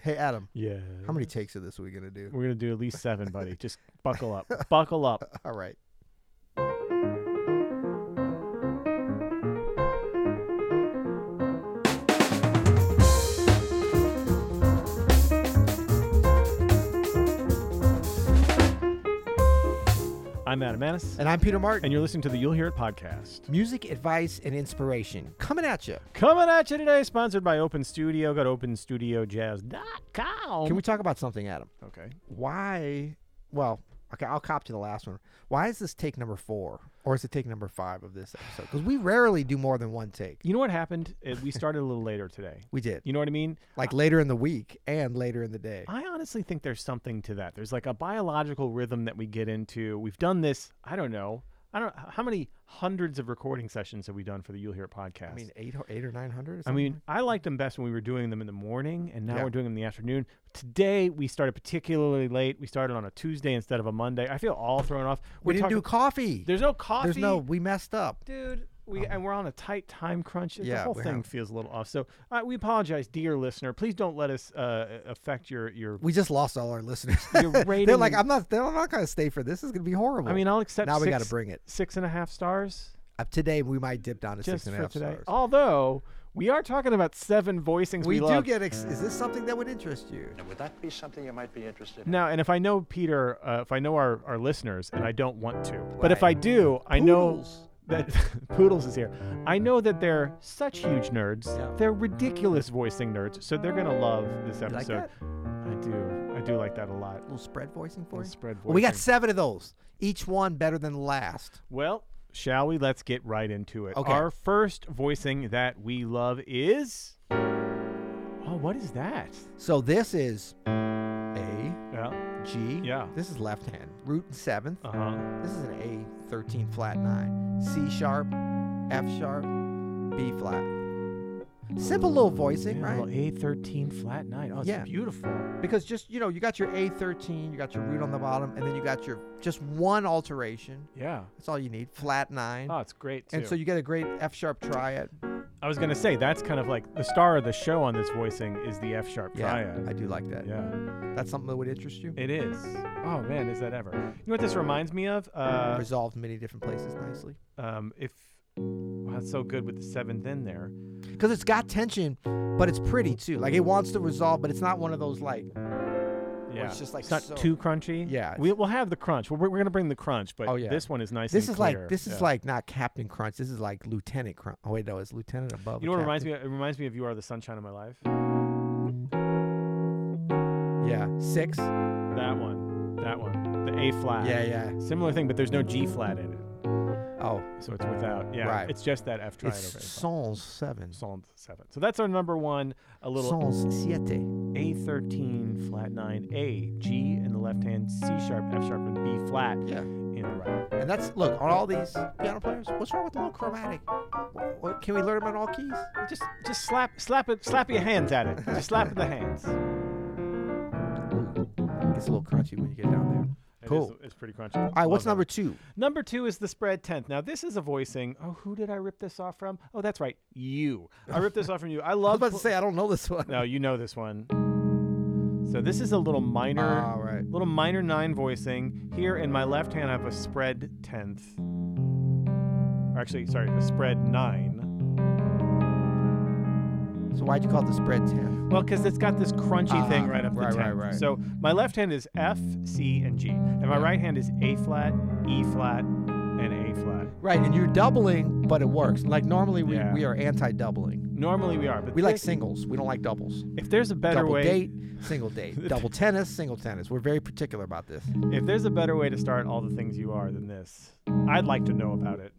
Hey Adam, Yeah. how many takes of this are we gonna do? We're gonna do at least seven, buddy. Just buckle up. Buckle up. All right. I'm Adam Manis, And I'm Peter Martin. and you're listening to the You'll Hear It podcast. Music advice and inspiration coming at you. Coming at you today, sponsored by Open Studio. Go to openstudiojazz.com. Can we talk about something, Adam? Okay. Um, Why? Well, okay, I'll cop to the last one. Why is this take number four, or is it take number five of this episode? Because we rarely do more than one take. You know what happened? Uh, We started a little later today. We did You know what I mean? like later in the week and later in the day. I honestly think there's something to that. There's like a biological rhythm that we get into. We've done this, I don't know. I don't how many hundreds of recording sessions have we done for the You'll Hear It podcast? I mean, eight or eight or nine hundred. I mean, I liked them best when we were doing them in the morning, and now Yeah. we're doing them in the afternoon. Today we started particularly late. We started on a Tuesday instead of a Monday. I feel all thrown off. we We're didn't do talking- coffee. There's no coffee. There's no. We messed up. dude. We and we're on a tight time crunch. the Yeah, whole we thing have. feels a little off. So uh, we apologize, dear listener. Please don't let us uh, affect your your. We just lost all our listeners. Your they're rating- like, I'm not. They're not gonna stay for this. This is gonna be horrible. I mean, I'll accept. now six, we got to bring it. six and a half stars Uh, today we might dip down to just six and a for half today. stars. Although we are talking about seven voicings we, we do love. get. Ex- is this something that would interest you? Now, would that be something you might be interested in? Now, and if I know Peter, uh, if I know our, our listeners, and I don't want to, but if I Right. do, I know Poodles. that Poodles is here. I know that they're such huge nerds. Yeah. They're ridiculous voicing nerds, so they're gonna love this You like episode. that? I do. I do like that a lot. little spread voicing for Little you. spread Well, we got voicing. seven of those. Each one better than the last. Well, shall we? Let's get right into it. Okay. Our first voicing that we love is. Oh, what is that? So this is A Yeah. G. Yeah. This is left hand root and seventh. Uh huh. This is an A thirteen flat nine. C sharp, F sharp, B flat. Simple little voicing, right? A thirteen flat nine. Oh, it's Yeah. beautiful. because just you know you got your a13 you got your root on the bottom and then you got your just one alteration Yeah. that's all you need flat nine Oh, it's great too. and so you get a great f sharp triad I was gonna say that's kind of like the star of the show on this voicing is the F sharp yeah i triad. do like that Yeah, that's something that would interest you it is. Oh man, is that ever? You know what this reminds me of? Uh, resolved many different places nicely um, if wow, that's so good with the seventh in there. because it's got tension but it's pretty too like it wants to resolve but it's not one of those like Yeah, it's just, like, not so- too crunchy. Yeah, we, we'll have the crunch. We're, we're gonna bring the crunch, but Oh, yeah. this one is nice. this and is like clear. this is Yeah. like not captain crunch this is like lieutenant crunch oh wait no it's lieutenant above You know what reminds me? It reminds me of "You Are the Sunshine of My Life." me yeah six Oh, That one, that one, the A flat. yeah yeah Similar thing, but there's no G flat in it, oh so it's without. Yeah, Right. it's just that F triad it's over. there. sans seven Psalm 7. So that's our number one, a little sans siete A13 flat 9 A, G in the left hand, C sharp, F sharp, and B flat yeah in the right. And that's look on all these piano players. What's wrong with the little chromatic? Wh- wh- Can we learn them on all keys? Just just slap slap it slap your hands at it. Just slap the hands. It It's a little crunchy when you get down there. is- Cool. it's pretty crunchy. All All right, what's number two? Number two is the spread tenth. Now this is a voicing. Oh, who did I rip this off from? Oh, that's right, you. I ripped this off from you. I I was love. about to say I don't know this one. no, you know this one. So this is a little minor. All right. little minor nine voicing. Here in my left hand, I have a spread tenth. Or actually, sorry, a spread nine. So why'd you call it the spread ten? Well, because it's got this crunchy thing Ah, right up the right, right, tenth. right. So my left hand is F, C, and G, and my Yeah. right hand is A flat, E flat, and A flat. Right, and you're doubling, but it works. Like normally we, Yeah. we are anti-doubling. Normally we are, but We like this- singles. We don't like doubles. if there's a better Double way, date, single date. Double tennis, single tennis. We're very particular about this. if there's a better way to start all the things you are than this, I'd like to know about it.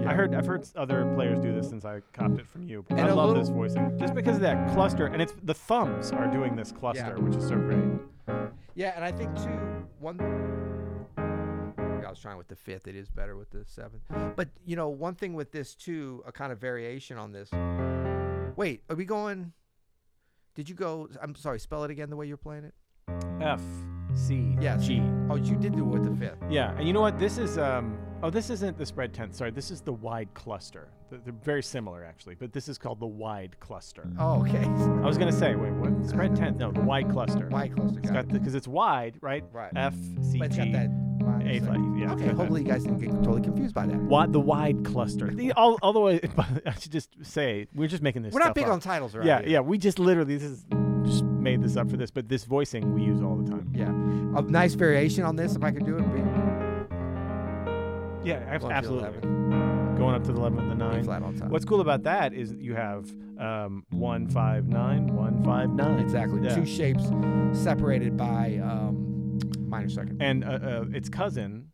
I heard I've heard other players do this since I copped it from you. But And I a love little- this voicing just because of that cluster, and it's the thumbs are doing this cluster, which is so great. Yeah, and I think too one. I was trying with the fifth. It is better with the seventh. But you know, one thing with this too, a kind of variation on this. Wait, are we going? Did you go? I'm sorry. Spell it again. The way you're playing it. F C Yes. G. Oh, you did do it with the fifth. Yeah, and you know what? This is um, Oh, this isn't the spread tenth. Sorry, this is the wide cluster. Th- They're very similar actually, but this is called the wide cluster. Oh, okay. I was gonna say, wait, what? Spread tenth? No, the wide cluster. Why cluster? It's got got it. because it's wide, right? Right. F C But it's got G. that. line of A sight. flat, yeah, it's Okay. got that. Hopefully, you guys didn't get totally confused by that. Wide, the wide cluster. The- All, all the way. I should just say we're just making this. We're not stuff big up. on titles, right? yeah, yeah. We just literally this is just made this up for this, but this voicing we use all the time. Yeah. A nice variation on this, if I could do it, would be Yeah, going to ab- absolutely. 11, Going up to the eleven, the B nine. flat on top. What's cool about that is you have um, one five nine, one five nine, exactly Yeah. two shapes separated by um, minor second? and uh, uh, its cousin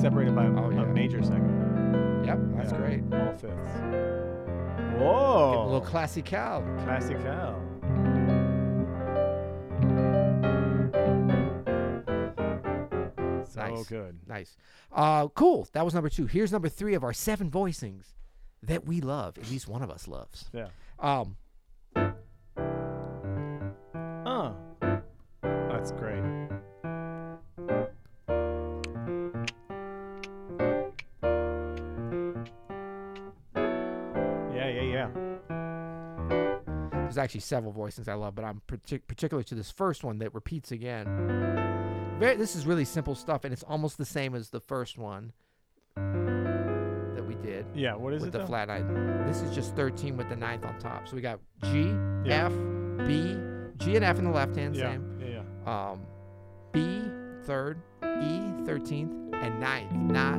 separated by a, Oh, yeah. a major second. Yep, that's Yeah. Oh. great. All fifths. Get a little Whoa! classic cow. Classic L. So Nice. good. Nice. Uh, cool. That was number two. Here's number three of our seven voicings that we love. At least one of us loves. Yeah. Um, Uh. That's great. Yeah, yeah, yeah. there's actually several voicings I love, but I'm partic- particular to this first one that repeats again. Very, this is really simple stuff, and it's almost the same as the first one that we did Yeah, what is with it? the though? flat nine. This is just 13 with the ninth on top. So we got G, Yeah. F, B, G and F in the left hand, yeah, same. yeah, yeah. um, B third, E thirteenth, and ninth, not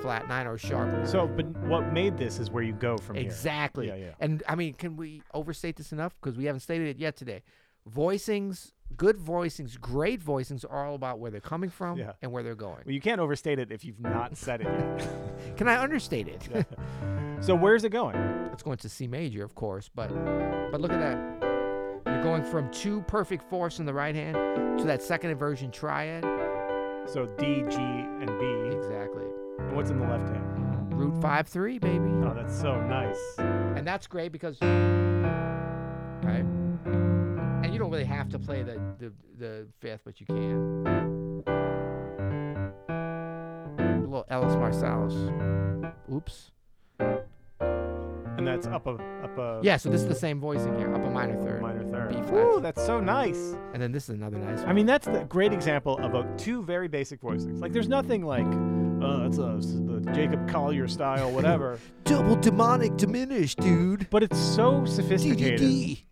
flat nine or sharp. So, but what made this is where you go from Exactly. Yeah, yeah. And I mean, can we overstate this enough? Because we haven't stated it yet today. Voicings, good voicings, great voicings are all about where they're coming from Yeah. and where they're here. going. Well, you can't overstate it if you've not said it yet. Can I understate it? so, where's it going? it's going to C major, of course, but but look at that. You're going from two perfect fourths in the right hand to that second inversion triad. So, D, G, and B. Exactly. And what's in the left hand? Root five three, baby. Oh, that's so nice. And that's great because right? And you don't really have to play the the, the fifth, but you can. A little Ellis Marsalis. Oops. And that's up a up a Yeah, so this is the same voicing here, up a minor third. minor third. B flat. Ooh, that's so nice. And then this is another nice one. I mean, that's the great example of a, two very basic voicings. Like, there's nothing like, uh, it's a, it's the Jacob Collier style, whatever. double demonic diminished, dude. but it's so sophisticated. DDD.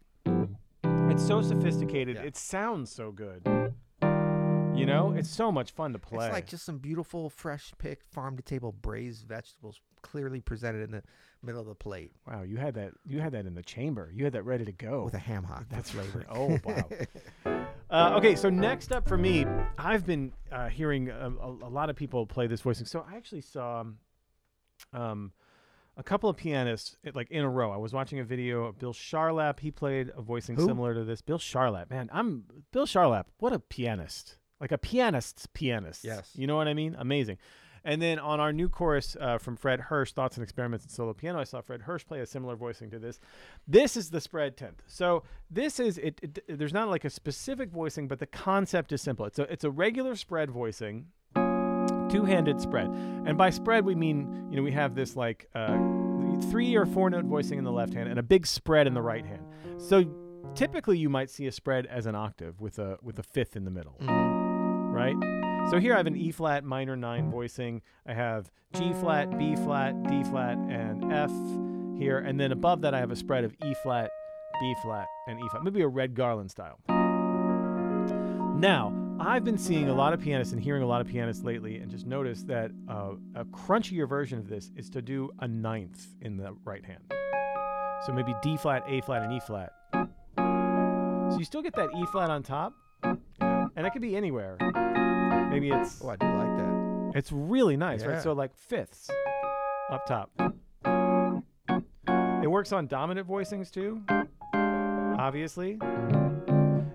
It's so sophisticated. Yeah. It sounds so good. You know, it's so much fun to play. It's like just some beautiful, fresh picked, farm to table braised vegetables clearly presented in the middle of the plate wow, you had that. You had that in the chamber. You had that ready to go. with a ham hock. That's That's flavor. right. Oh wow. Uh, okay, so next up for me, I've been uh, hearing a, a, a lot of people play this voicing. So I actually saw um, um, a couple of pianists it, like in a row. I was watching a video of Bill Charlap. He played a voicing Who? similar to this. Bill Charlap, man, I'm Bill Charlap. What a pianist! Like a pianist's pianist. Yes. You know what I mean? Amazing. And then on our new chorus uh, from Fred Hirsch, Thoughts and Experiments in Solo Piano, I saw Fred Hirsch play a similar voicing to this. This is the spread tenth. So this is it, it. There's not like a specific voicing, but the concept is simple. It's a it's a regular spread voicing, two-handed spread. And by spread, we mean you know we have this like uh, three or four note voicing in the left hand and a big spread in the right hand. So typically you might see a spread as an octave with a with a fifth in the middle Mhm. right? So here I have an E flat minor nine voicing. I have G flat, B flat, D flat, and F here. And then above that, I have a spread of E flat, B flat, and E flat. Maybe a Red Garland style. Now, I've been seeing a lot of pianists and hearing a lot of pianists lately, and just noticed that uh, a crunchier version of this is to do a ninth in the right hand. So maybe D flat, A flat, and E flat. So you still get that E flat on top, and that could be anywhere. Maybe it's Oh, I do like that. it's really nice, Yeah. right? So like fifths up top. It works on dominant voicings too, obviously.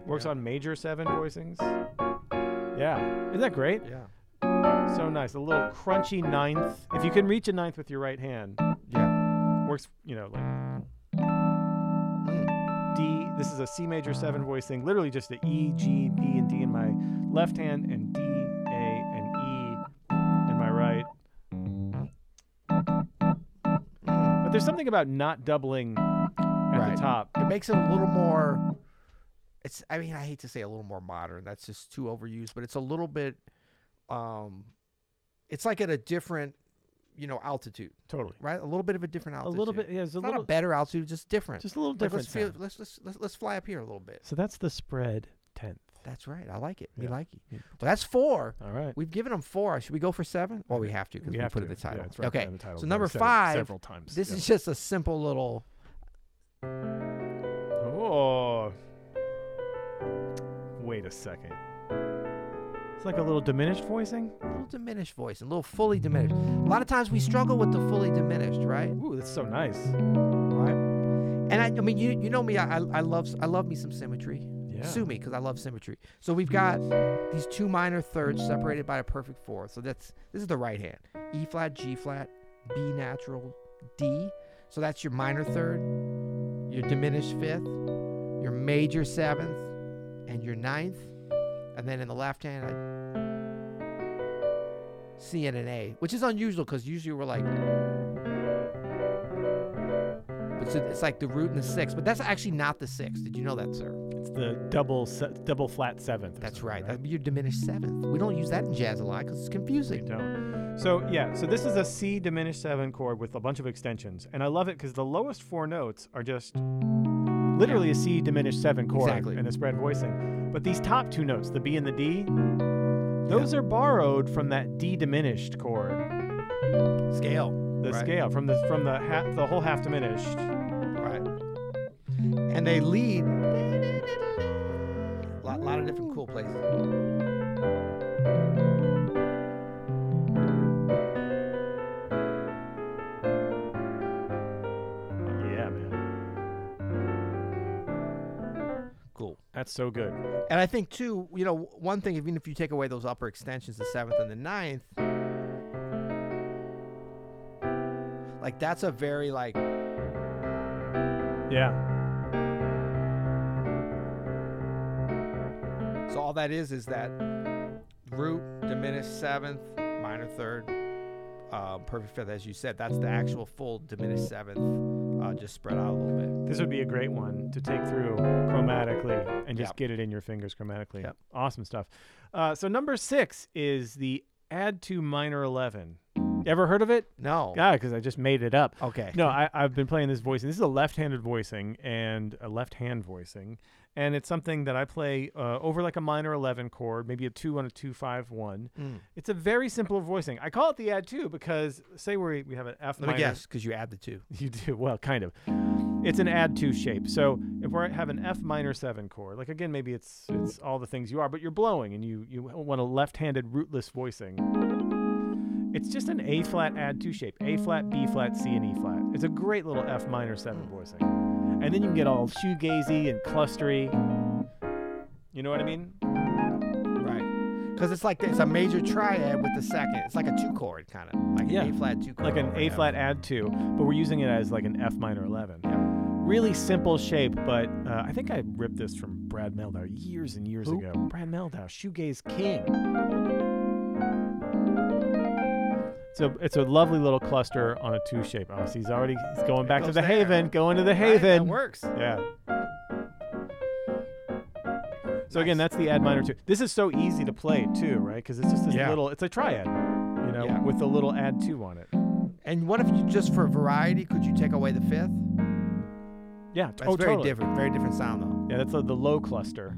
Works on major seven voicings. Yeah, isn't that great? Yeah. So nice. A little crunchy ninth. If you can reach a ninth with your right hand, Yeah. works. You know, like Mm. D. This is a C major seven voicing. Literally just a E, G, B, and D in my left hand, and D, A, and E Mm. there's something about not doubling at Right. the top. It makes it a little more. It's. I mean, I hate to say a little more modern. That's just too overused. But it's a little bit. Um, it's like at a different, you know, altitude, Totally. right? A little bit of a different A altitude. little bit. Yeah, it's a It's not little a better altitude, just different. just a little Like, different. let's, feel, sound. let's, let's let's let's fly up here a little bit. So that's the spread tenth. That's right. I like it. We Yeah. like it. Yeah. Well, that's four. All right. We've given them four. Should we go for seven? Well, we have to because we, have put to. it in the Yeah, title. it's right okay. there in the title. So We've number said it five. several times. This Yeah. is just a simple little. Oh. Wait a second. It's like a little diminished voicing. little diminished voice and a little fully diminished. A lot of times we struggle with the fully diminished, right? Ooh, that's so nice. Right. And I, I mean, you you know me, I, I I love I love me some symmetry. Yeah. Sue me because I love symmetry. So we've got these two minor thirds separated by a perfect fourth. So that's this is the right hand: E flat, G flat, B natural, D. So that's your minor third, your diminished fifth, your major seventh, and your ninth. And then in the left hand, I, C and an A, which is unusual because usually we're like. But so it's like the root and the sixth, but that's actually not the sixth. Did you know that, sir? It's the double se- double flat seventh. or That's something, right. That'd be your diminished seventh. We don't use that in jazz a lot because it's You confusing. don't. So yeah, so this is a C diminished seven chord with a bunch of extensions, and I love it because the lowest four notes are just literally a C diminished seven chord Exactly. in a spread voicing. But these top two notes, the B and the D, those are borrowed from that D diminished chord, Scale. the Right. scale from the from the half, the whole half diminished. Right. And they lead a lot, lot of different cool places. Yeah, man, Cool. that's so good. And I think too, you know, one thing, even if you take away those upper extensions, the seventh and the ninth, like that's a very like Yeah, so all that is is that root, diminished seventh, minor third, uh, perfect fifth, as you said. That's the actual full diminished seventh, uh, just spread out a little bit. this would be a great one to take through chromatically and just Yep. get it in your fingers chromatically. Yep. Awesome stuff. Uh, so number six is the add to minor eleven. Ever heard of it? No. Yeah, because I just made it up. Okay. No, I, I've been playing this voicing. This is a left-handed voicing and a left-hand voicing, and it's something that I play uh, over like a minor eleven chord, maybe a two on a two five one. Mm. It's a very simple voicing. I call it the add two because say we we have an F Let minor. me guess, because you add the two. You do well, kind of. It's an add two shape. So if we have an F minor seven chord, like again, maybe it's it's all the things you are, but you're blowing and you you want a left-handed rootless voicing. It's just an A flat add two shape. A flat, B flat, C, and E flat. It's a great little F minor seven voicing. And then you can get all shoegazy and clustery. You know what I mean? Right. Because it's like it's a major triad with the second. It's like a two chord kind of, like Yeah. an A flat two chord. Like an or A whatever. flat add two, but we're using it as like an F minor eleven. Yeah. really simple shape, but uh, I think I ripped this from Brad Meldow years and years Who? ago. Brad Meldow, shoegaze king. So it's a lovely little cluster on a two shape. Oh, so he's already he's going back to goes the there. haven, going to the Right, that haven. works. Yeah. So again, that's the add minor two. This is so easy to play too, right? Because it's just this Yeah. little. It's a triad, you know, Yeah. with the little add two on it. And what if you just for variety, could you take away the fifth? Yeah. That's oh, very totally. different. Very different sound though. Yeah, that's the, the low cluster.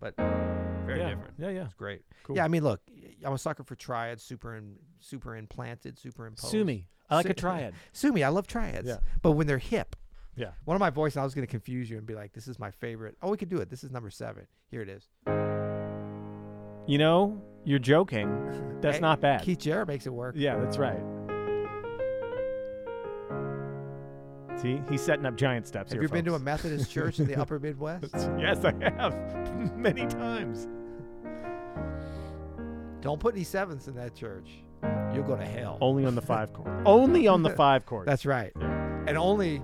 But very yeah. different. Yeah, yeah. It's great. Cool. Yeah, I mean, look, I'm a sucker for triads, super and super implanted, superimposed. Sue me. I like Su- a triad. Sue me. I love triads. Yeah. But when they're hip. Yeah. One of my voices, I was going to confuse you and be like, this is my favorite. Oh, we could do it. This is number seven. Here it is. You know, you're joking. That's Hey, not bad. Keith Jarrett makes it work. Yeah, that's right. See, he's setting up giant steps Have here. you been to a folks. Methodist church in the upper Midwest? Yes, I have many times. Don't put any sevenths in that church. You'll go to hell. Only on the five chord. Only on the five chord. That's right. And only.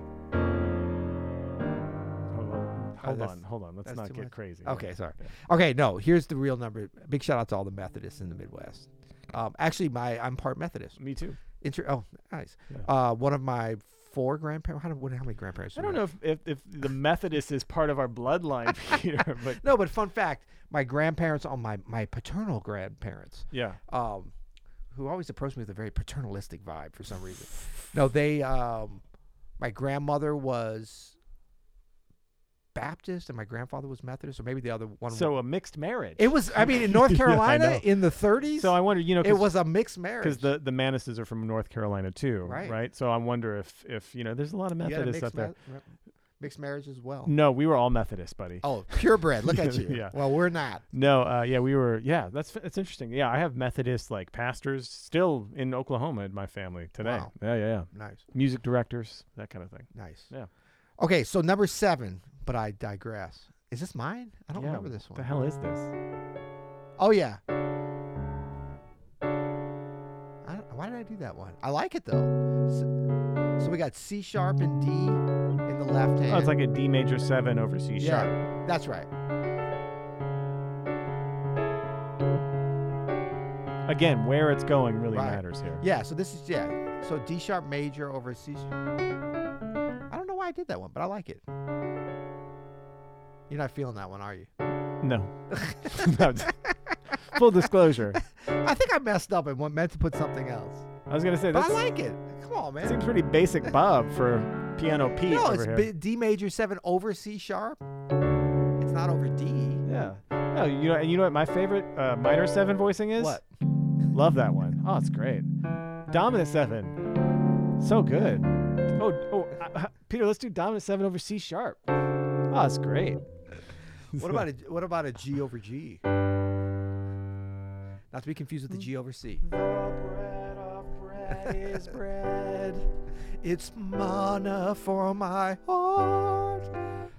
hold on, Oh, hold that's- on, hold on. Let's that's not too get much. crazy. Okay, sorry. Yeah. Okay, no, here's the real number. Big shout out to all the Methodists in the Midwest. Um, actually, my I'm part Methodist. Me too. Inter- oh, nice. Yeah. Uh, one of my four grandparents. How, do- what- how many grandparents? I do we don't have? know if, if, if the Methodist is part of our bloodline, Peter, but No, but fun fact: my grandparents on my my paternal grandparents, yeah. um, who always approached me with a very paternalistic vibe for some reason. No, they. Um, my grandmother was Baptist, and my grandfather was Methodist, or maybe the other one. So a mixed marriage. it was. I mean, in Yeah, North I Carolina know. in the 30s, so I wonder, you know, it because was a mixed marriage. the, the Manises are from North Carolina too, Right. So I wonder if, if you know, there's a lot of You had a Methodists mixed up there. ma- re- mixed marriage as well. No, we were all Methodist, buddy. Oh, purebred. Look at Yeah, you. yeah. Well, we're not. No, uh, yeah, we were. Yeah, that's that's interesting. Yeah, I have Methodist like pastors still in Oklahoma in my family today. Wow. Yeah, yeah, yeah. Nice. Music directors, that kind of thing. Nice. Yeah. Okay, so number seven, but I digress. Is this mine? I don't Yeah, remember this what one. The hell is this? Oh yeah. I don't, why did I do that one? I like it though. So, so we got C sharp and D in the left hand. Oh, it's like a D major seven over C yeah, sharp. that's right. Again, where it's going really Right. matters here. Yeah, so this is yeah. So D sharp major over C sharp. I don't know why I did that one, but I like it. You're not feeling that one, are you? No. No, it's- Full disclosure, I think I messed up and went, meant to put something else. I was gonna say But that's I like it. Come on, man. seems pretty basic, Bob, for piano Pete No, over it's here. B- D major seven over C sharp. It's not over D. Yeah. No, you know, and you know what my favorite uh, minor seven voicing is? What? Love that one. Oh, it's great. Dominant seven. So good. Oh, oh, uh, uh, Peter, let's do dominant seven over C sharp. Oh, it's great. What about a what about a G over G? Not to be confused with the G over C. It's mana for my heart.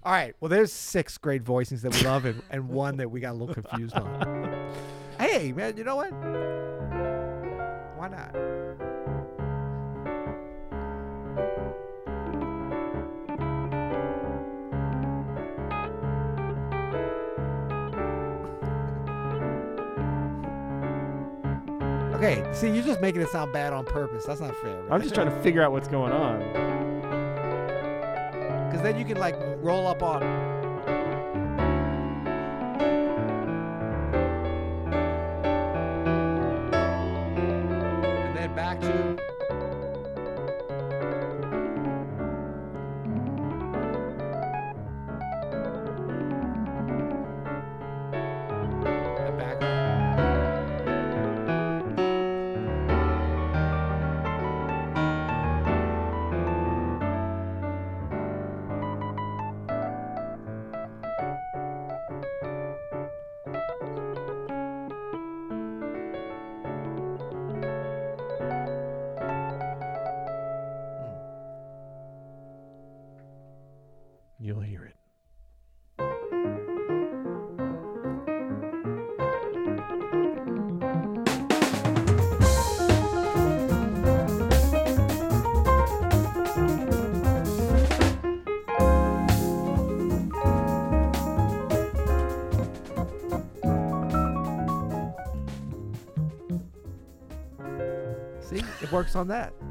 All right. Well, there's six great voicings that we love and, and one that we got a little confused on. Hey, man, you know what? Why not? Okay, see, you're just making it sound bad on purpose. That's not fair. I'm just trying to figure out what's going on. Because then you can like roll up on. And then back to. And back. You'll hear it. See, it works on that.